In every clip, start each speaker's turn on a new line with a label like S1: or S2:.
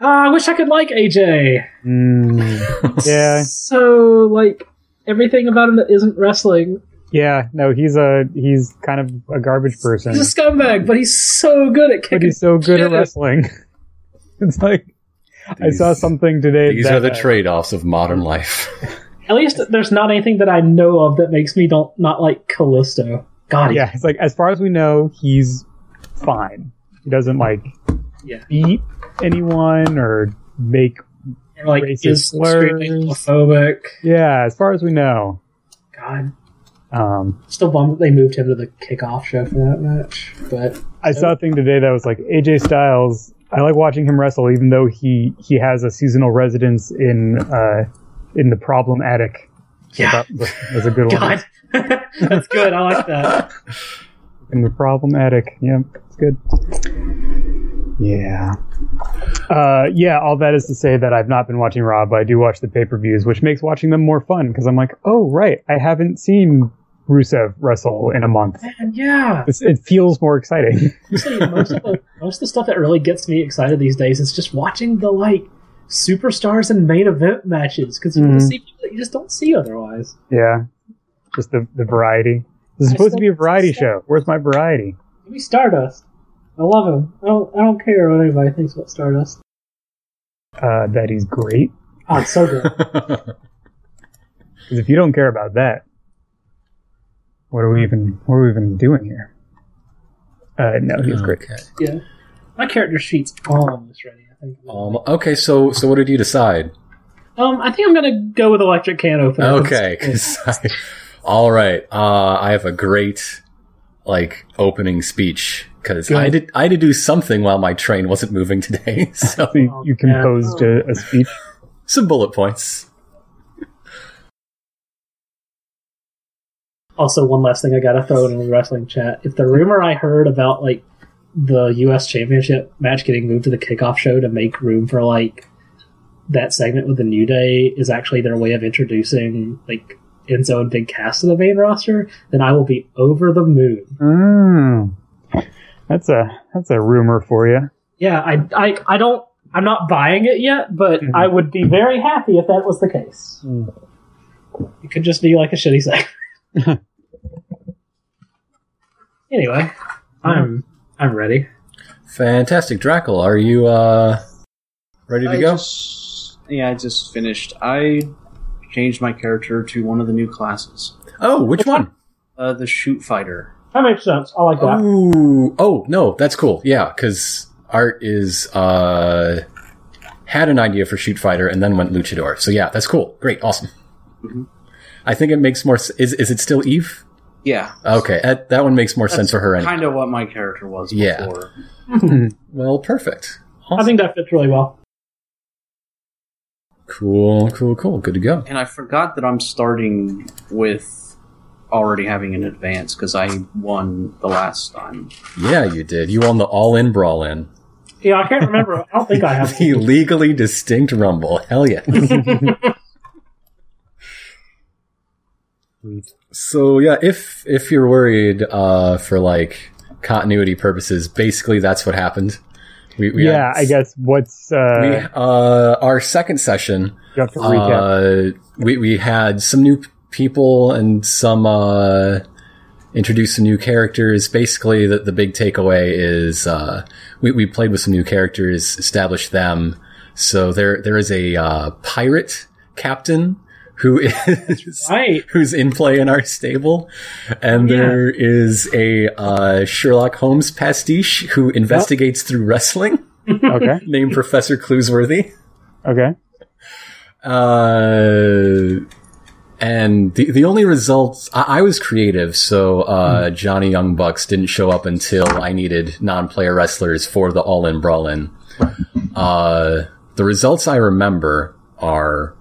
S1: Ah, I wish I could like AJ.
S2: Mm, yeah,
S1: So like everything about him that isn't wrestling.
S2: yeah. No, he's a he's kind of a garbage person,
S1: He's a scumbag, but he's so good at
S2: but
S1: kicking.
S2: he's so good at
S1: shit.
S2: wrestling. it's like I saw
S3: These-
S2: something today.
S3: These
S2: that,
S3: are the
S2: uh,
S3: trade-offs of modern life.
S1: At least there's not anything that I know of that makes me don't not like Callisto. God, yeah.
S2: yeah, it's like as far as we know, he's fine. He doesn't like
S1: Yeah.
S2: beat anyone or make.
S1: Or, like
S2: Racist
S1: is extremely
S2: slurs.
S1: homophobic.
S2: Yeah, as far as we know.
S1: God,
S2: Um,
S1: still bummed that they moved him to the kickoff show for that match. But
S2: I saw a thing today that was like AJ Styles. I like watching him wrestle, even though he he has a seasonal residence in uh, in the problem attic.
S1: yeah,
S2: That was, was a good one.
S1: God, that's good. I like that.
S2: In the problem attic. Yeah, it's good. Yeah. Uh, yeah. All that is to say that I've not been watching Raw, but I do watch the pay per views, which makes watching them more fun because I'm like, oh right, I haven't seen Rusev wrestle in a month.
S1: Man, yeah.
S2: It's, it feels more exciting.
S1: Honestly, most of, the, most of the stuff that really gets me excited these days is just watching the like superstars and main event matches because you
S2: Mhm.
S1: can see people that you just don't see otherwise.
S2: Yeah. Just the, the variety. This is
S1: I
S2: supposed to
S1: still-
S2: be a variety show. Where's my variety?
S1: Give me Stardust. I love him. I don't, I don't care what anybody thinks about Stardust.
S2: Uh, that he's great.
S1: Oh, it's so good.
S2: Because if you don't care about that, what are we even what are we even doing here? Uh, no, he's great.
S3: Okay.
S1: yeah, my character sheet's almost ready. I think.
S3: Um, okay, so so what did you decide?
S1: Um, I think I'm gonna go with electric can opener.
S3: Okay, 'cause I- all right. Uh, I have a great like opening speech because I
S1: Good.
S3: did I had to do something while my train wasn't moving today, so
S2: So you, you composed a, a speech.
S3: some bullet points.
S1: Also, one last thing I gotta throw in the wrestling chat. If the rumor I heard about like the U.S. Championship match getting moved to the kickoff show to make room for like that segment with the New Day is actually their way of introducing like Enzo and Big Cass to the main roster, then I will be over the moon.
S2: Mm. That's a that's a rumor for you.
S1: Yeah, I, I, I don't. I'm not buying it yet, but
S2: Mhm.
S1: I would be very happy if that was the case.
S2: Mm.
S1: It could just be like a shitty segment. anyway, I'm Mm-hmm. I'm ready.
S3: Fantastic, Drackle. Are you uh, ready to
S4: I
S3: go?
S4: just- yeah, I just finished. I changed my character to one of the new classes,
S3: Oh, which one?
S4: uh, the shoot fighter.
S1: That makes sense. I like that.
S3: Ooh, oh no, that's cool. Yeah, because Art is uh, had an idea for Shoot Fighter and then went Luchador. So yeah, that's cool. Great, awesome.
S1: Mm-hmm.
S4: Mhm.
S3: I think it makes more. s- Is is it still Eve?
S4: Yeah,
S3: Okay, that, that one makes more sense for her. Anyway.
S4: kind of what my character was
S3: Yeah.
S4: before.
S3: Well, perfect.
S1: I think that fits really well.
S3: Cool, cool, cool. Good to go.
S4: And I forgot that I'm starting with already having an advance because I won the last time.
S3: Yeah, you did. You won the all in brawl in.
S1: Yeah, I can't remember. I don't think I have.
S3: The legally distinct rumble. Hell yeah. so yeah, if if you're worried uh for like continuity purposes, basically that's what happened. We, we
S2: yeah,
S3: had-
S2: I guess what's uh,
S3: we, uh, our second session
S2: you have to recap.
S3: uh, we we had some new people and some uh, introduced some new characters. Basically, the, the big takeaway is uh, we we played with some new characters, established them. So there there is a uh, pirate captain who is
S1: Right.
S3: who's in play in our stable, and
S1: Yeah.
S3: there is a uh, Sherlock Holmes pastiche who investigates through wrestling,
S2: okay,
S3: named Professor Cluesworthy.
S2: okay.
S3: Uh, and the the only results I, I was creative, so uh, Johnny Young Bucks didn't show up until I needed non-player wrestlers for the All In Brawl In. Uh, the results I remember are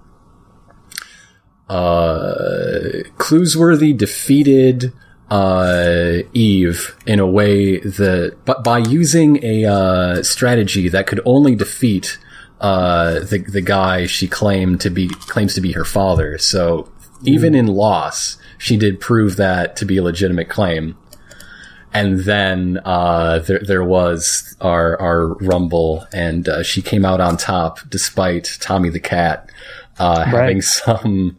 S3: uh, Cluesworthy defeated uh, Eve in a way that, but by using a uh, strategy that could only defeat uh, the the guy she claimed to be claims to be her father. So even in loss, she did prove that to be a legitimate claim. And then uh, there there was our our rumble, and uh, she came out on top despite Tommy the Cat uh, having some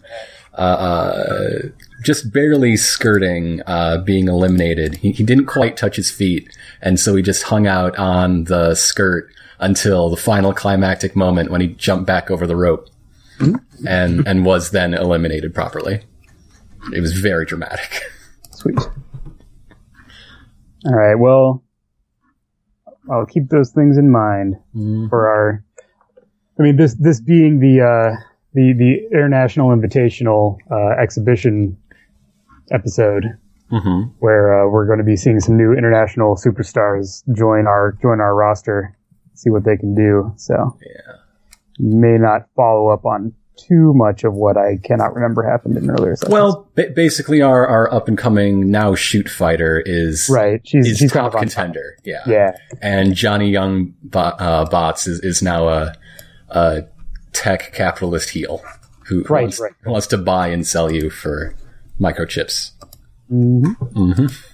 S3: uh, uh, just barely skirting uh, being eliminated. He, he didn't quite touch his feet, and so he just hung out on the skirt until the final climactic moment when he jumped back over the rope
S2: Mm-hmm.
S3: and and was then eliminated properly. It was very dramatic.
S2: Sweet. All right. Well, I'll keep those things in mind for our. I mean, this this being the uh, the the international invitational uh, exhibition episode,
S3: Mm-hmm.
S2: where uh, we're going to be seeing some new international superstars join our join our roster, see what they can do. So
S3: Yeah.
S2: may not follow up on too much of what I cannot remember happened in earlier sessions.
S3: Well, ba- basically, our our up and coming now shoot fighter is
S2: right, she's
S3: is
S2: she's kind
S3: top
S2: of on
S3: contender. Yeah.
S2: Yeah,
S3: and Johnny Young bo- uh, bots is, is now a, a tech capitalist heel who, who
S2: Right,
S3: wants,
S2: right.
S3: who wants to buy and sell you for microchips. Mm-hmm.
S2: Mhm.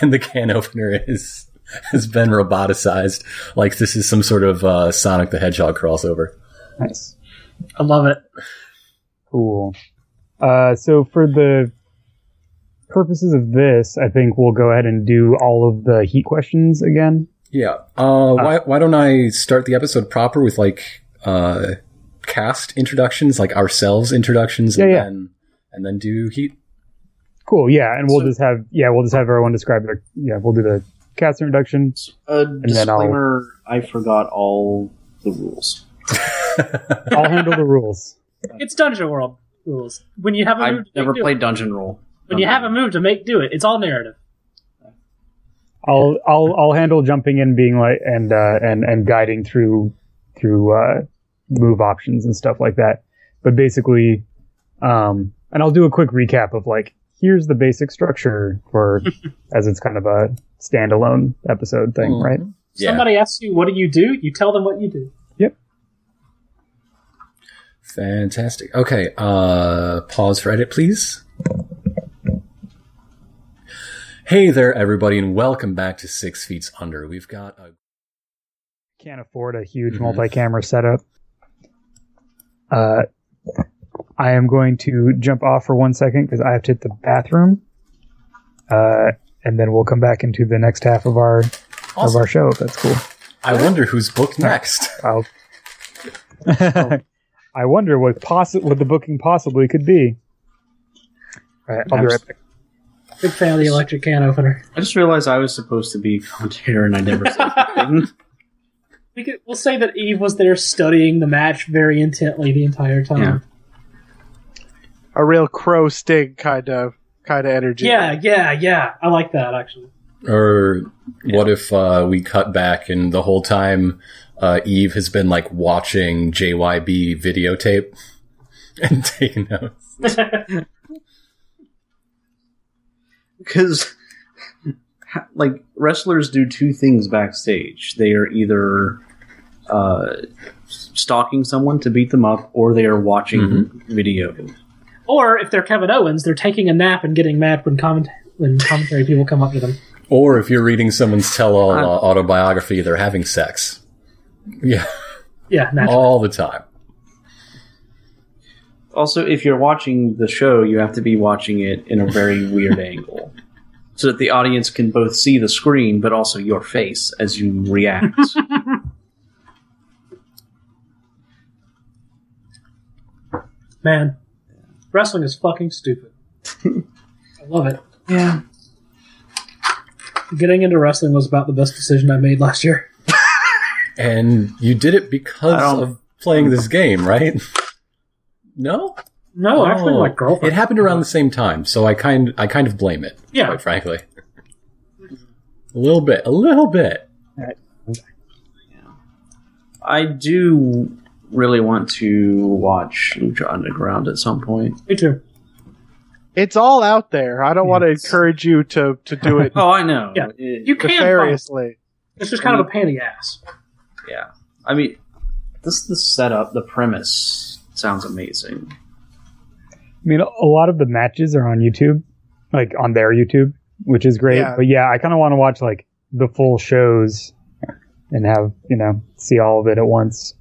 S3: And the can opener is has been roboticized. Like this is some sort of uh, Sonic the Hedgehog crossover.
S2: nice.
S1: I love it.
S2: Cool. Uh, so for the purposes of this, I think we'll go ahead and do all of the heat questions again.
S3: Yeah. Uh, why why don't I start the episode proper with like uh, cast introductions, like ourselves introductions, and
S2: Yeah, yeah.
S3: then and then do heat.
S2: Cool. Yeah, and we'll
S4: So-
S2: just have yeah we'll just have everyone describe their yeah we'll do the cast introduction.
S4: A
S2: then I'll-
S4: disclaimer: I forgot all the rules.
S2: I'll handle the rules.
S1: It's Dungeon World rules. When you have a
S4: I've
S1: move, to
S4: never
S1: make, do
S4: played Dungeon Roll.
S1: it. When you have a
S4: Dungeon
S1: move to make, do it. It's all narrative.
S2: I'll I'll I'll handle jumping in, being like and uh, and and guiding through through uh, move options and stuff like that. But basically, um, and I'll do a quick recap of like here's the basic structure for as it's kind of a standalone episode thing,
S3: Mhm.
S2: right?
S3: Yeah.
S1: Somebody asks you, "What do you do?" You tell them what you do.
S3: Fantastic. Okay, uh, pause for edit, please. Hey there, everybody, and welcome back to Six Feet Under. We've got a
S2: Can't afford a huge
S3: Mhm.
S5: Mm-hmm.
S2: multi-camera setup. Uh, I am going to jump off for one second because I have to hit the bathroom, uh, and then we'll come back into the next half of our of
S3: awesome.
S2: our show. if That's cool.
S3: I wonder who's booked next.
S2: I'll... I wonder what possi- what the booking possibly could be. All right, I'll be right back.
S1: Big fan of the electric can opener.
S4: Roll. I just realized I was supposed to be volunteer, and I never said anything.
S1: We could, we'll say that Eve was there studying the match very intently the entire time.
S5: A real crow sting kind of kind of energy.
S1: Yeah, yeah, yeah. I like that actually.
S3: Or what if uh, we cut back and the whole time uh, Eve has been like watching JYB videotape and taking notes?
S4: because like wrestlers do two things backstage they are either uh, stalking someone to beat them up or they are watching video
S1: Or if they're Kevin Owens, they're taking a nap and getting mad when comment when commentary people come up to them.
S3: Or if you're reading someone's tell-all uh, autobiography, they're having sex. Yeah,
S1: Yeah, naturally.
S3: all the time.
S4: also if you're watching the show you have to be watching it in a very weird angle so that the audience can both see the screen but also your face as you react
S1: Man, wrestling is fucking stupid. I love it.
S4: yeah
S1: Getting into wrestling was about the best decision I made last year.
S3: And you did it
S4: I
S3: because
S4: don't-
S3: of playing this game, right? No,
S1: No, actually,
S3: Oh.
S1: my girlfriend.
S3: It happened around the same time, so I kind I kind of blame it.
S1: Yeah.
S3: quite frankly, a little bit, a little bit.
S4: i do really want to watch lucha underground at some point
S1: Me too.
S5: It's all out there. I don't want to encourage you to to do it
S4: oh i know
S1: Yeah.
S4: It-
S1: You can. find it.
S5: nefariously.
S1: It's just kind of a pain in the ass.
S4: Yeah. I mean, this the setup, the premise sounds amazing.
S2: I mean, a lot of the matches are on YouTube, like on their YouTube. which is great.
S5: Yeah.
S2: But yeah, I kind of want to watch like the full shows and have you know see all of it at once.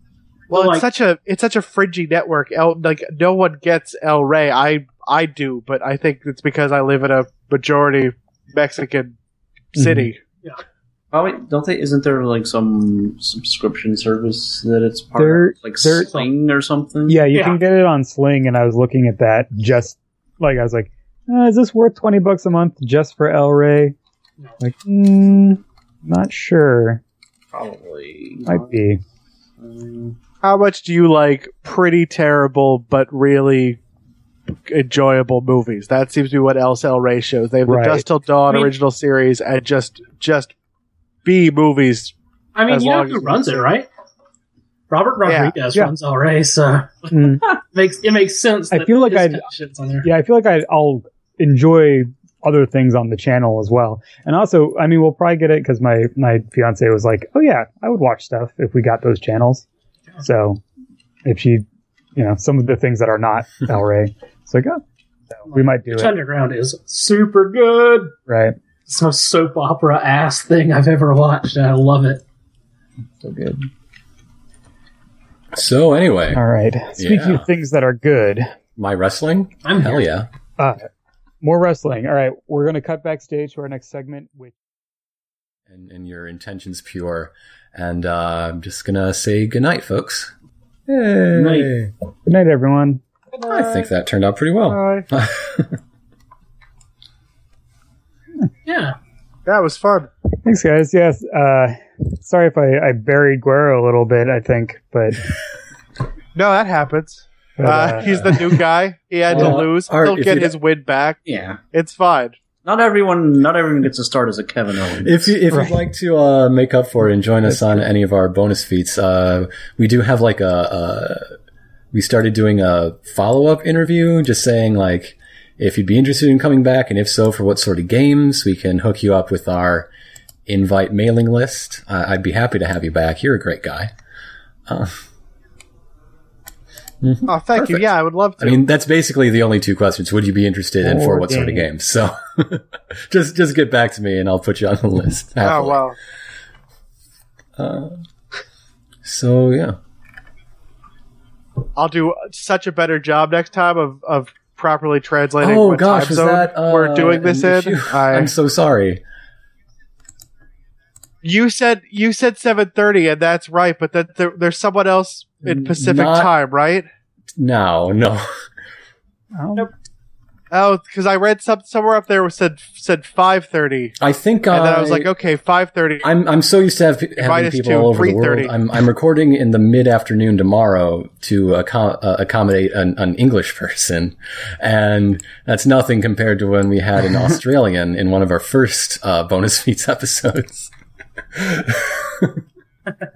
S5: Well,
S1: Well,
S5: it's
S1: like-
S5: such a it's such a fringy network. El, like no one gets El Rey. I I do, but I think it's because I live in a majority Mexican
S1: Mm-hmm.
S5: city.
S4: Oh wait, don't they? Isn't there like some subscription service that it's part
S2: There-
S4: of, like
S2: there-
S4: Sling or something?
S2: Yeah, you
S1: Yeah.
S2: can get it on Sling, and I was looking at that just like I was like, uh, is this worth twenty bucks a month just for El Rey?
S1: No.
S2: Like, mm, not sure.
S4: probably.
S2: Might be.
S4: Um,
S5: How much do you like pretty terrible but really enjoyable movies? That seems to be what else El Rey shows. They have
S2: Right.
S5: the Dust Till Dawn
S1: I mean-
S5: original series and just just B movies.
S1: I mean,
S5: As
S1: you know
S5: long
S1: who
S5: as-
S1: runs it, right? Robert
S5: Yeah.
S1: Rodriguez
S2: Yeah.
S1: runs already, so
S2: Mm.
S1: makes it makes sense.
S2: I
S1: That
S2: feel like
S1: his
S2: I'd-
S1: shit's on there.
S2: yeah, I feel like I, I'll enjoy other things on the channel as well. And also, I mean, we'll probably get it because my my fiance was like, "Oh yeah, I would watch stuff if we got those channels." So if she, you know, some of the things that are not El Rey, it's like, oh, so we might do
S1: Which
S2: it,
S1: Underground is super good.
S2: right?
S1: It's the most soap opera ass thing I've ever watched, and I love it.
S2: So good.
S3: So anyway,
S2: All right. Speaking
S3: Yeah.
S2: of things that are good,
S3: my wrestling.
S1: I'm
S3: Hell
S1: here.
S3: yeah.
S2: more wrestling. All right, we're gonna cut backstage to our next segment, which
S3: and, and your intentions pure. And uh, I'm just gonna say goodnight, folks.
S4: Night.
S2: good night, everyone.
S3: I think that turned out pretty well.
S5: Bye.
S1: Yeah.
S5: That was fun.
S2: Thanks, guys. Yes. Uh, sorry if I, I buried Guerrero a little bit, I think, but.
S5: No, that happens.
S2: but,
S5: uh,
S2: uh,
S5: he's the new guy. He had
S3: Well,
S5: to lose.
S3: Art,
S5: He'll
S3: if
S5: get
S3: you-
S5: his win back.
S4: Yeah.
S5: It's fine.
S4: Not everyone. Not everyone gets to start as a Kevin Owens.
S3: If, you, if
S2: Right.
S3: you'd like to uh, make up for it and join us on any of our bonus feats, uh, we do have like a, a we started doing a follow up interview, just saying like if you'd be interested in coming back, and if so, for what sort of games, we can hook you up with our invite mailing list. Uh, I'd be happy to have you back. You're a great guy.
S5: Oh, thank you.
S3: Perfect.
S5: Yeah, I would love
S3: I
S5: to.
S3: mean, that's basically the only two questions. Would you be interested in for
S2: Or
S3: what sort of
S2: games.
S3: games? So just just get back to me and I'll put you on the list.
S5: oh
S3: happily.
S5: well.
S3: So yeah.
S5: I'll do such a better job next time of, of properly translating.
S3: Oh
S5: what
S3: gosh,
S5: time
S3: was
S5: zone
S3: that uh,
S5: we're doing this
S3: an
S5: in?
S3: issue?
S5: I,
S3: I'm so sorry.
S5: you said you said seven thirty, and that's right. But that there, there's someone else in
S3: N-
S5: Pacific
S3: not-
S5: time, right?
S3: No, no.
S2: oh,
S5: Oh, because I read some somewhere up there was said said five thirty,
S3: I think
S5: and
S3: I,
S5: then I was like, okay, five thirty.
S3: I'm I'm so used to have, having
S5: minus
S3: people
S5: two,
S3: all over the world.
S5: 3:30.
S3: I'm I'm recording in the mid afternoon tomorrow to accom- uh, accommodate an, an English person, and that's nothing compared to when we had an Australian in one of our first uh, bonus feats episodes.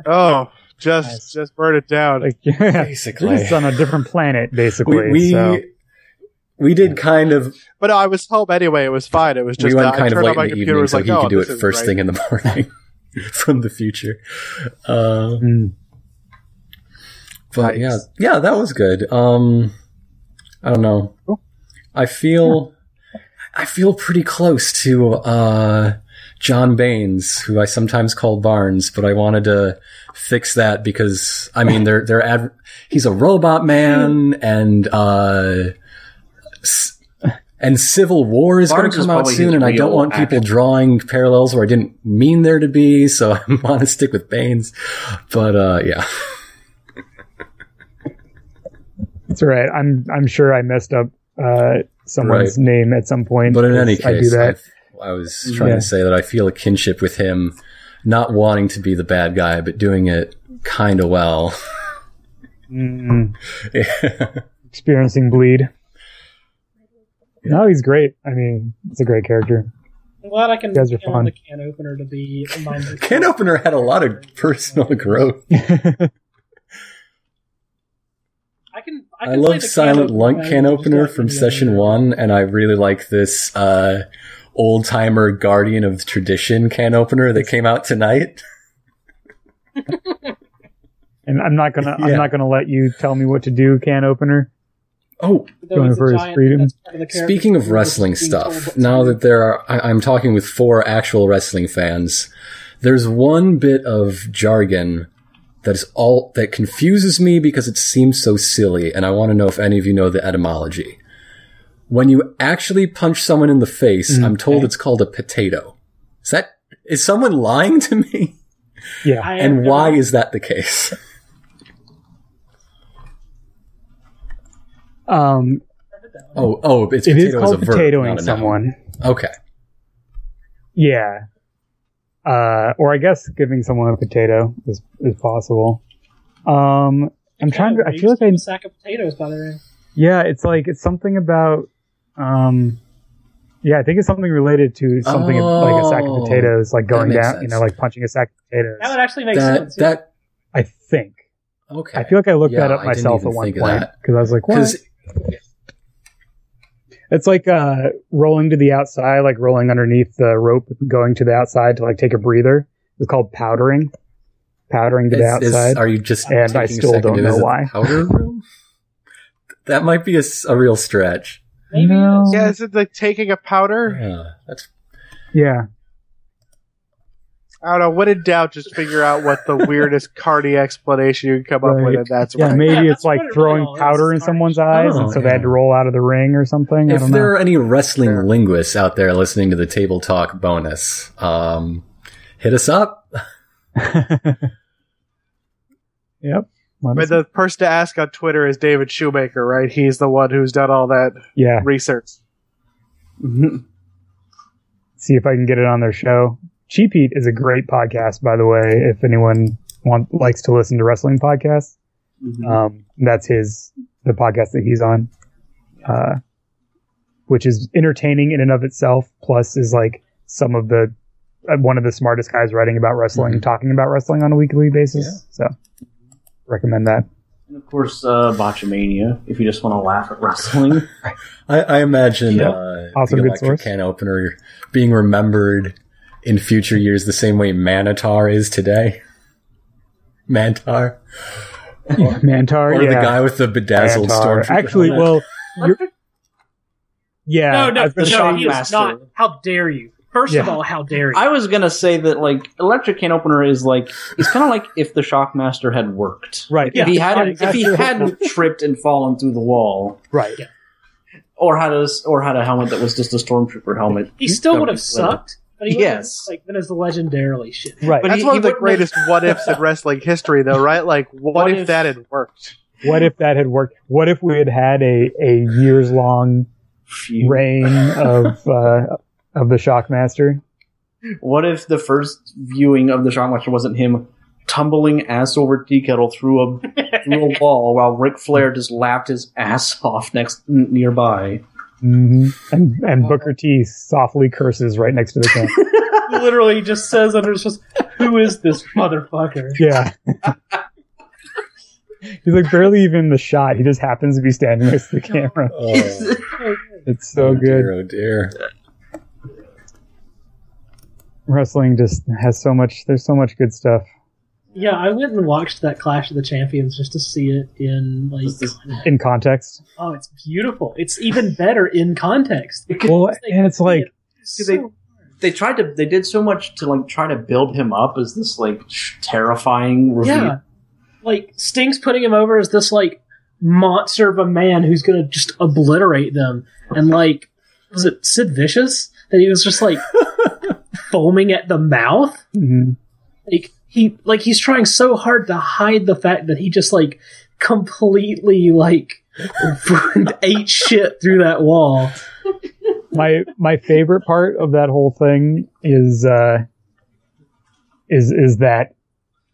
S5: Oh, just
S2: Nice.
S5: just burn it down.
S2: like, yeah.
S3: Basically,
S2: You're just on a different planet, basically.
S3: we we,
S2: so.
S3: we did kind of
S5: but no, I was home anyway. It was fine. It was just
S3: we
S5: uh,
S3: went
S5: I
S3: kind of
S5: turned
S3: late in
S5: on my
S3: the
S5: computer.
S3: evening,
S5: Was
S3: so
S5: like,
S3: he
S5: oh,
S3: could do it
S5: this is
S3: first
S5: right.
S3: thing in the morning from the future. Uh,
S2: Mm.
S3: But
S5: Nice.
S3: yeah, yeah, that was good. Um, I don't know.
S2: Cool.
S3: I feel, I feel pretty close to uh, John Baines, who I sometimes call Barnes, but I wanted to fix that because I mean they're they're ad- he's a robot man and uh, s- and Civil War is going
S4: Barnes
S3: to
S4: is
S3: come out
S4: probably
S3: soon,
S4: his
S3: and I don't
S4: real
S3: want people
S4: action.
S3: drawing parallels where I didn't mean there to be, so I want to stick with Baines. But uh, yeah.
S2: That's all right. I'm I'm sure I messed up uh, someone's name at some point.
S3: But in any
S2: because I do
S3: case, I,
S2: that.
S3: I was trying
S2: Yeah.
S3: to say that I feel a kinship with him, not wanting to be the bad guy, but doing it kind of well.
S2: Mm,
S3: yeah.
S2: experiencing bleed. No, he's great. I mean, it's a great character.
S1: I'm glad I can
S2: You guys are
S1: count
S2: fun.
S1: the can opener to be my
S3: Can opener had a lot of personal growth.
S1: I can. I,
S3: I,
S1: can play
S3: love
S1: the
S3: Silent
S1: can
S3: Lunk can opener from
S1: Just like the
S3: session
S1: other-
S3: one, and I really like this uh, old timer guardian of tradition can opener that came out tonight.
S2: and I'm not gonna
S3: Yeah.
S2: I'm not gonna let you tell me what to do, can opener.
S3: Oh,
S1: There
S2: Going
S1: was a
S2: for his
S1: giant-
S2: freedom.
S1: that's part of the character
S3: Speaking of
S1: who was
S3: wrestling
S1: being told
S3: stuff,
S1: what
S3: now
S1: to do.
S3: that there are, I, I'm talking with four actual wrestling fans. There's one bit of jargon that is all that confuses me because it seems so silly, and I want to know if any of you know the etymology. When you actually punch someone in the face,
S1: Mm,
S3: I'm told it's called a potato. Is that is someone lying to me?
S2: Yeah.
S1: I
S3: And
S1: have
S3: why
S1: never-
S3: is that the case?
S2: Um,
S3: Oh, oh, it's
S2: it
S3: potato
S2: is called
S3: as a verb,
S2: potatoing
S3: not a noun.
S2: someone.
S3: Okay,
S2: Yeah. Uh, or I guess giving someone a potato is, is possible. Um, I'm trying to, I feel like I,
S1: a sack of potatoes by the way.
S2: yeah, it's like, it's something about, um, yeah, I think it's something related to something like a sack
S3: Oh,
S2: of potatoes, like going
S3: makes
S2: down, you
S3: sense.
S2: know, like punching a sack of potatoes.
S1: That would actually make
S3: that
S1: sense. yeah.
S3: that
S2: I think.
S3: okay.
S2: I feel like I looked
S3: Yeah,
S2: that
S3: I
S2: up
S3: didn't
S2: myself
S3: even
S2: at one
S3: think of
S2: point
S3: that.
S2: because I was like, what?
S3: Because
S2: It's like uh, rolling to the outside, like rolling underneath the rope, going to the outside to like take a breather. It's called powdering, powdering to the
S3: Is- is-
S2: outside.
S3: are you just
S2: And
S3: taking
S2: I
S3: a
S2: still
S3: second
S2: don't
S3: to
S2: know
S3: visit the
S2: why.
S3: powder room? That might be a, s- a real stretch.
S1: Maybe
S2: No.
S1: it's-
S5: Yeah, is it like taking a powder?
S3: Yeah, that's
S2: yeah,
S5: I don't know. When in doubt, just figure out what the weirdest cardi explanation you can come up
S2: Right.
S5: with, and that's
S2: yeah.
S5: right.
S2: Maybe
S1: Yeah,
S2: it's
S1: that's
S2: like
S1: what it
S2: throwing
S1: really is,
S2: powder in
S1: starch.
S2: someone's eyes,
S3: Oh,
S2: and so they had
S3: yeah.
S2: to roll out of the ring or something. I
S3: if
S2: don't
S3: there
S2: know.
S3: are any wrestling linguists out there listening to the table talk bonus, um, hit us up.
S2: yep. Let
S5: But
S2: us-
S5: the person to ask on Twitter is David Shoemaker, right? He's the one who's done all that
S2: yeah.
S5: research.
S2: Mm-hmm. See if I can get it on their show. Cheap Heat is a great podcast, by the way. If anyone want, likes to listen to wrestling podcasts, Um, that's his the podcast that he's on, uh, which is entertaining in and of itself. Plus, is like some of the uh, one of the smartest guys writing about wrestling,
S3: Mhm.
S2: talking about wrestling on a weekly basis. So, recommend that.
S4: And of course, uh, Botchamania, if you just want to laugh at wrestling.
S3: I, I imagine
S2: Yeah.
S3: uh,
S2: Also
S3: the
S2: good
S3: electric
S2: source.
S3: can opener being remembered in future years the same way Manitar is today. Mantar,
S2: Mantar,
S3: or
S2: yeah,
S3: the guy with the bedazzled
S2: Mantar.
S3: stormtrooper
S2: Actually,
S3: helmet.
S2: well, you're, yeah,
S1: No,
S2: I
S1: no,
S2: was gonna
S1: no,
S2: say-
S1: he is
S4: Shockmaster.
S1: not. How dare you? First of
S2: Yeah.
S1: all, how dare you?
S4: I was gonna say that like electric can opener is like it's kind of like if the Shockmaster had worked.
S2: right,
S1: Yeah.
S4: If he hadn't,
S2: Yeah,
S4: if he hadn't tripped and fallen through the wall,
S2: right.
S4: or had a s- or had a helmet that was just a stormtrooper helmet,
S1: he still
S4: That'd
S1: would
S4: be
S1: have sucked, but he
S4: Yes.
S1: yes. like been as legendarily shit.
S2: Right.
S4: But
S5: That's
S4: he-
S5: one
S4: he
S5: of the
S4: wouldn't
S5: greatest what ifs in wrestling history, though, right? Like, what,
S4: What
S5: if,
S4: if-
S5: that had worked?
S2: what if that had worked? What if we had had a, a years long
S4: Phew.
S2: reign of uh, of the Shockmaster.
S4: What if the first viewing of the Shockmaster wasn't him tumbling ass over tea kettle through a through a wall while Ric Flair just laughed his ass off next n- nearby?
S2: hmm And and Booker T softly curses right next to the camera.
S1: He literally just says under his just who is this motherfucker?
S2: yeah. He's like barely even in the shot. He just happens to be standing next to the camera.
S3: oh,
S2: It's so
S3: dear,
S2: good.
S3: oh dear.
S2: Wrestling just has so much. There's so much good stuff.
S1: Yeah, I went and watched that Clash of the Champions just to see it in like
S4: This is-
S2: In context,
S1: oh, it's beautiful. It's even better in context.
S2: well, and it's like
S1: So
S4: they- they tried to they did so much to like try to build him up as this like sh- terrifying review.
S1: Yeah. Like Sting's putting him over as this like monster of a man who's gonna just obliterate them. And like was it Sid Vicious? That he was just like foaming at the mouth?
S2: mhm.
S1: Like he like he's trying so hard to hide the fact that he just like completely like ate shit through that wall.
S2: my my favorite part of that whole thing is uh, is is that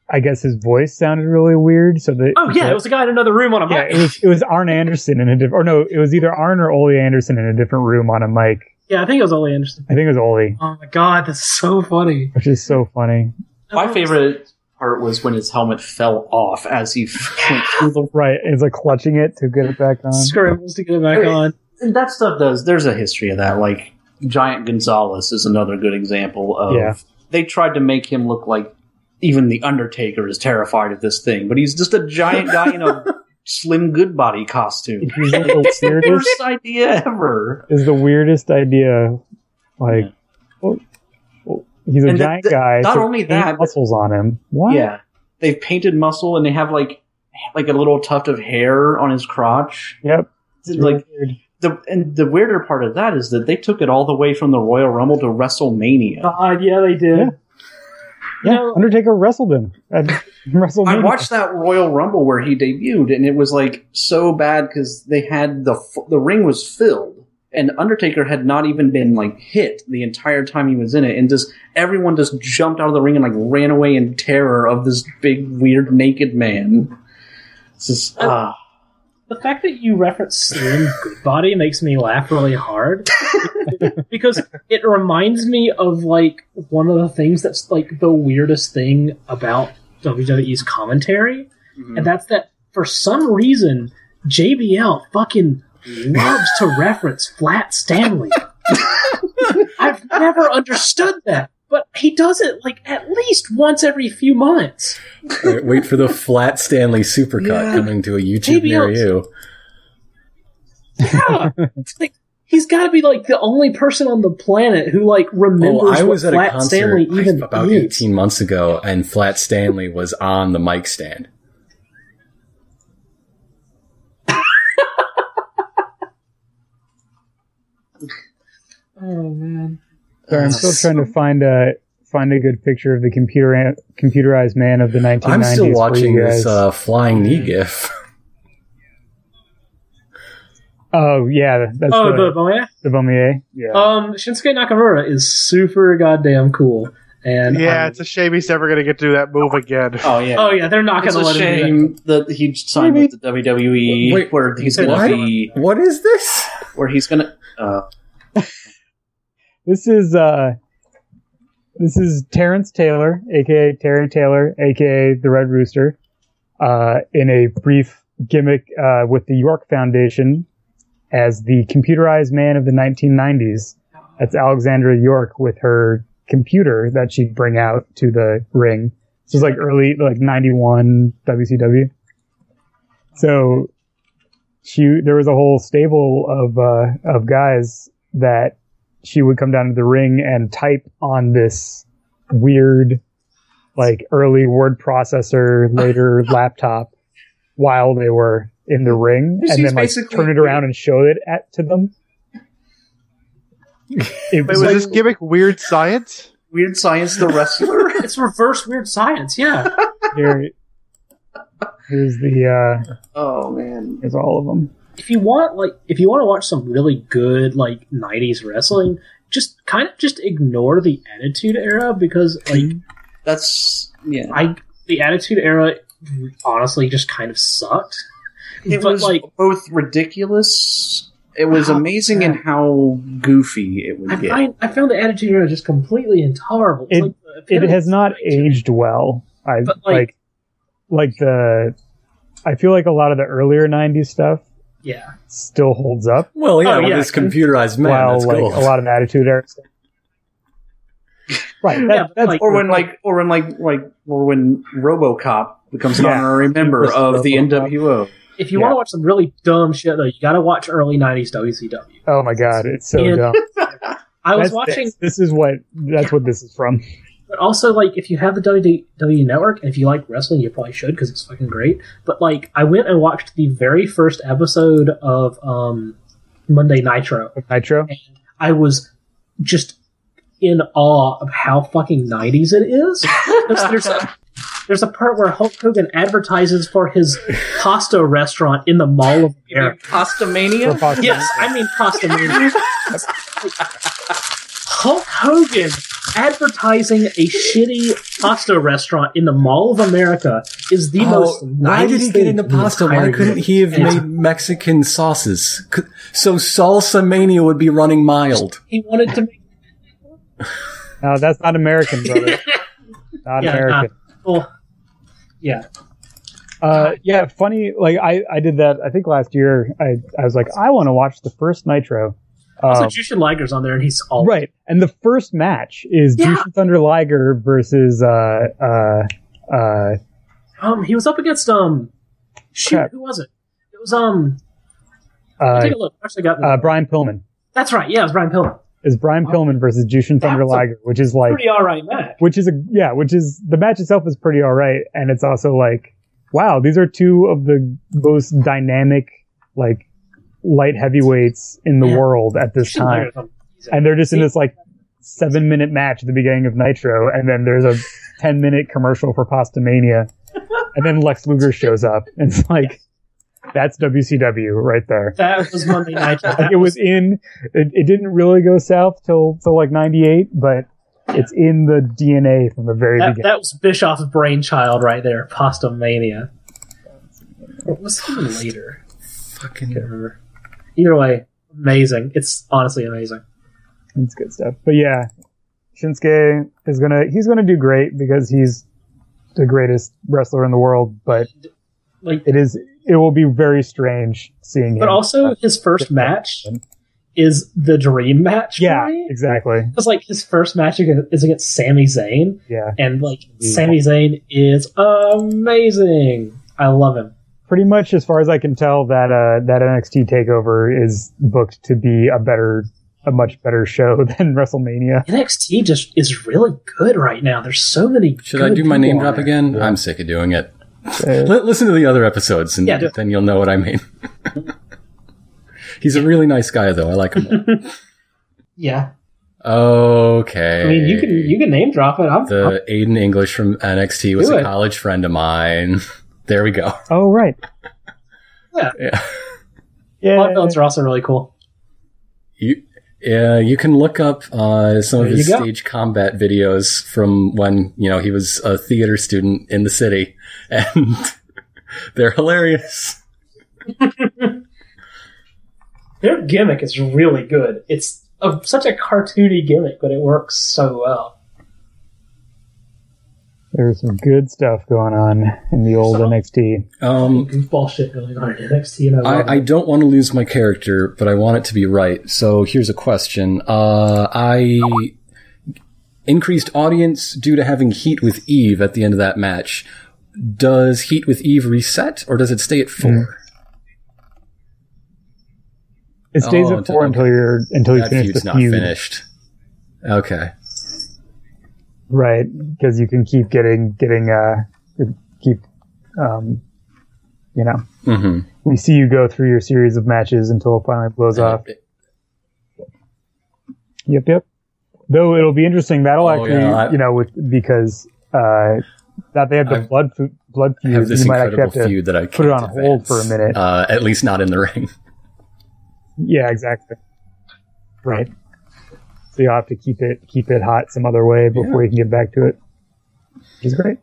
S2: I guess his voice sounded really weird. So that
S1: Oh yeah, it was a guy in another room on a
S2: yeah,
S1: mic.
S2: it was it was Arn Anderson in a different, or no, it was either Arn or Ole Anderson in a different room on a mic.
S1: Yeah, I think it was Ole Anderson.
S2: I think it was Ole,
S1: Oh my god, that's so funny.
S2: which is so funny.
S4: My favorite part was when his helmet fell off as he went through the.
S2: Right, it's like clutching it to get it back on.
S1: Scrambles to get it back on.
S4: And that stuff does. There's a history of that. Like Giant Gonzalez is another good example of.
S2: Yeah.
S4: They tried to make him look like even the Undertaker is terrified of this thing, but he's just a giant guy in a Slim Goodbody costume.
S2: Is that the weirdest?
S4: Worst idea ever.
S2: Is the weirdest idea. Like, well, well, he's a
S4: And the-
S2: giant
S4: the-
S2: guy.
S4: not
S2: so
S4: only
S2: he ain't
S4: that, but-
S2: muscles on him. What?
S4: Yeah, they've painted muscle and they have like like a little tuft of hair on his crotch.
S2: Yep.
S4: It's Like the and the weirder part of that is that they took it all the way from the Royal Rumble to WrestleMania.
S1: God, yeah, they did.
S2: Yeah. Yeah, Undertaker wrestled him at
S4: I
S2: WrestleMania.
S4: watched that Royal Rumble where he debuted, and it was like so bad because they had the f- the ring was filled, and Undertaker had not even been like hit the entire time he was in it, and just everyone just jumped out of the ring and like ran away in terror of this big weird naked man. It's just ah.
S1: The fact that you reference Slim Goodbody makes me laugh really hard because it reminds me of like one of the things that's like the weirdest thing about WWE's commentary, and that's that for some reason JBL fucking loves to reference Flat Stanley. I've never understood that, but he does it like at least once every few months.
S3: Wait- Wait for the flat Stanley supercut
S4: Yeah.
S3: coming to a YouTube
S1: Maybe
S3: near
S1: I'll-
S3: you.
S1: Yeah. It's like, he's got to be like the only person on the planet who like remembers
S3: Oh, I was
S1: what
S3: at a
S1: Flat
S3: concert
S1: Stanley even
S3: about
S1: is.
S3: 18 months ago, and Flat Stanley was on the mic stand.
S1: Oh man.
S2: Sorry, I'm still trying to find a find a good picture of the computer computerized man of the 1990s.
S3: I'm
S2: for
S3: still
S2: you
S3: watching this
S2: guys.
S3: uh, flying knee gif.
S2: oh yeah, that's
S1: Oh,
S2: the,
S1: but, but yeah.
S2: the Bumier. Yeah.
S3: Oh.
S1: Um, Shinsuke Nakamura is super goddamn cool, and
S5: Yeah,
S3: um,
S1: I'm-
S5: it's a shame he's never going to get to do that move again.
S4: Oh yeah.
S1: oh yeah, they're not
S4: It's
S1: gonna
S4: a
S1: let him. do
S4: shame that he signed with the WWE,
S3: Wait,
S4: where he's
S1: wait,
S4: gonna
S3: what?
S4: be,
S3: What is this?
S4: where he's gonna. Uh,
S2: This is uh this is Terrence Taylor, aka Terry Taylor, aka the Red Rooster, uh, in a brief gimmick uh, with the York Foundation as the computerized man of the 1990s. That's Alexandra York with her computer that she'd bring out to the ring. This is like early, like 91 WCW. So she, there was a whole stable of, uh, of guys that she would come down to the ring and type on this weird, like early word processor, later laptop, while they were in the ring,
S4: She's
S2: and then like
S4: basically-
S2: turn it around and show it at to them. It
S5: Wait,
S2: was
S5: was
S2: like,
S5: this gimmick weird science?
S4: Weird Science the Wrestler.
S1: it. It's reverse weird science. Yeah,
S2: here, here's the uh,
S4: oh man.
S2: here's all of them.
S1: if you want like if you want to watch some really good like '90s wrestling, just kind of just ignore the Attitude Era because like
S4: That's yeah.
S1: I the Attitude Era honestly just kind of sucked.
S4: It
S1: but
S4: was
S1: like
S4: both ridiculous. It was
S1: Wow,
S4: amazing in
S1: yeah.
S4: how goofy it
S1: I
S4: would get.
S1: find I found the Attitude Era just completely intolerable. It's
S2: It-
S1: like the
S2: It
S1: epitome
S2: has
S1: of
S2: not
S1: nineteen-
S2: aged well. I
S1: But,
S2: like,
S1: like-
S2: like the. I feel like a lot of the earlier '90s stuff
S1: Yeah,
S2: still holds up,
S3: Well, yeah,
S1: Oh,
S3: with
S1: yeah.
S3: this computerized man,
S2: while
S3: that's
S2: like
S3: cool.
S2: a lot of attitude era. Stuff. right. That,
S1: Yeah, but,
S2: that's
S1: like-
S4: Or when like, or when like, like, or when RoboCop becomes an
S2: Yeah.
S4: honorary member of the
S2: RoboCop.
S4: NWO.
S1: if you
S2: Yeah.
S1: want to watch some really dumb shit though, you got to watch early '90s WCW.
S2: oh my god, it's so
S1: Yeah.
S2: dumb.
S1: I was
S2: That's-
S1: watching,
S2: This, this is what that's what this is from.
S1: but also like if you have the WWE Network and if you like wrestling, you probably should because it's fucking great. But like, I went and watched the very first episode of um, Monday Nitro.
S2: Nitro.
S1: I was just in awe of how fucking '90s it is. There's, there's a there's a part where Hulk Hogan advertises for his pasta restaurant in the Mall of America.
S4: Pasta Mania.
S2: for Fox
S1: Yes, I mean pasta mania. Hulk Hogan advertising a shitty pasta restaurant in the Mall of America is the
S3: Oh,
S1: most.
S3: why
S1: 90s
S3: did he
S1: thing
S3: get into
S1: in the
S3: pasta?
S1: entire
S3: Why couldn't
S1: year.
S3: he have
S1: And
S3: made Mexican sauces? C- So salsa mania would be running mild.
S1: He wanted to make
S2: No, that's not American, brother. Not
S1: Yeah,
S2: American.
S1: people. Yeah,
S2: Uh, yeah, funny. Like I, I did that. I think last year. I, I was like, I want to watch the first Nitro.
S1: also
S3: Oh.
S2: Um,
S1: Jushin Liger's on there, and he's all
S2: right, and the first match is
S1: Yeah.
S2: Jushin Thunder Liger versus uh uh uh
S1: Um, he was up against um Shoot,
S2: Crap.
S1: who was it? It was um.
S2: Uh,
S1: take a look. I actually got the,
S2: uh, Brian Pillman
S1: that's right. Yeah, it was Brian Pillman.
S2: is Brian Pillman versus Jushin Thunder
S1: Oh. That's a
S2: Liger, which is like
S1: Pretty all right match.
S2: which is a yeah, which is the match itself is pretty all right, and it's also like wow, these are two of the most dynamic like light heavyweights in the
S1: Yeah.
S2: world at this
S1: Jushin Liger is
S2: time,
S1: amazing.
S2: and they're just in this like seven minute match at the beginning of Nitro, and then there's a ten minute commercial for Pasta Mania, and then Lex Luger shows up, and it's like that's WCW right there.
S1: That was Monday Night.
S2: Like, it was in it, it didn't really go south till till like 98 but it's in the dna from the very
S1: That,
S2: beginning
S1: that was Bischoff's brainchild right there, Pasta Mania. Or was something later? I
S3: Fucking
S1: can't remember. Either way, amazing. It's honestly amazing.
S2: it's good stuff but yeah shinsuke is gonna he's gonna do great because he's the greatest wrestler in the world but
S1: Like,
S2: it is it will be very strange seeing him
S1: but also his first match is the dream match.
S2: yeah exactly
S1: because like his first match ag- is against Sami Zayn,
S2: yeah
S1: and like
S3: Mm.
S2: Yeah.
S1: Sami Zayn is amazing. I love him.
S2: pretty much as far as i can tell that uh that nxt takeover is booked to be a better a much better show than wrestlemania
S1: NXT just is really good right now. There's so many.
S3: Should I
S1: good
S3: do my
S1: people
S3: name
S1: on
S3: drop
S1: there.
S3: again? I'm sick of doing it.
S2: Uh,
S3: L- listen to the other episodes, and
S1: Yeah, do it.
S3: then you'll know what I mean. He's a really nice guy, though. I like him.
S1: Yeah,
S3: okay.
S1: I mean you can you can name drop it. I'm, I'm
S3: the Aiden English from NXT was
S1: Do
S3: a
S1: it.
S3: college friend of mine. There we go.
S2: oh right
S3: Yeah.
S2: yeah
S1: Bloodfields are also really cool.
S3: You, yeah, you can look up uh, some of
S1: There
S3: his
S1: you go.
S3: stage combat videos from when you know he was a theater student in the city, and they're hilarious.
S1: Their gimmick is really good. It's a, such a cartoony gimmick, but it works so well.
S2: There's some good stuff going on in the old
S1: Some-
S2: NXT.
S3: Um,
S1: Goofball shit going on in NXT, and I love
S3: I, I
S1: it.
S3: don't want to lose my character, but I want it to be right. So here's a question. Uh, I increased audience due to having heat with Eve at the end of that match. Does heat with Eve reset or does it stay at
S2: Mm.
S3: four?
S2: It stays
S3: Oh,
S2: at four
S3: until-
S2: until you're until you
S3: That
S2: finish Oh,
S3: feud's
S2: the
S3: not
S2: feud,
S3: finished. Okay.
S2: right? Because you can keep getting getting uh keep um you know
S3: hmm
S2: we see you go through your series of matches until it finally blows off. Yep, yep. Though it'll be interesting. That'll
S3: Oh,
S2: actually
S3: yeah, I-
S2: you know with because uh that they have the
S3: I've-
S2: blood fu- blood
S3: I
S2: feud.
S3: have this
S2: you might actually
S3: incredible
S2: have to
S3: feud that I
S2: put it
S3: can't
S2: on hold for a
S3: advance.
S2: minute.
S3: Uh, at least not in the ring.
S2: Yeah, exactly. Right. So you'll have to keep it keep it hot some other way before you can get back to it. Which is great.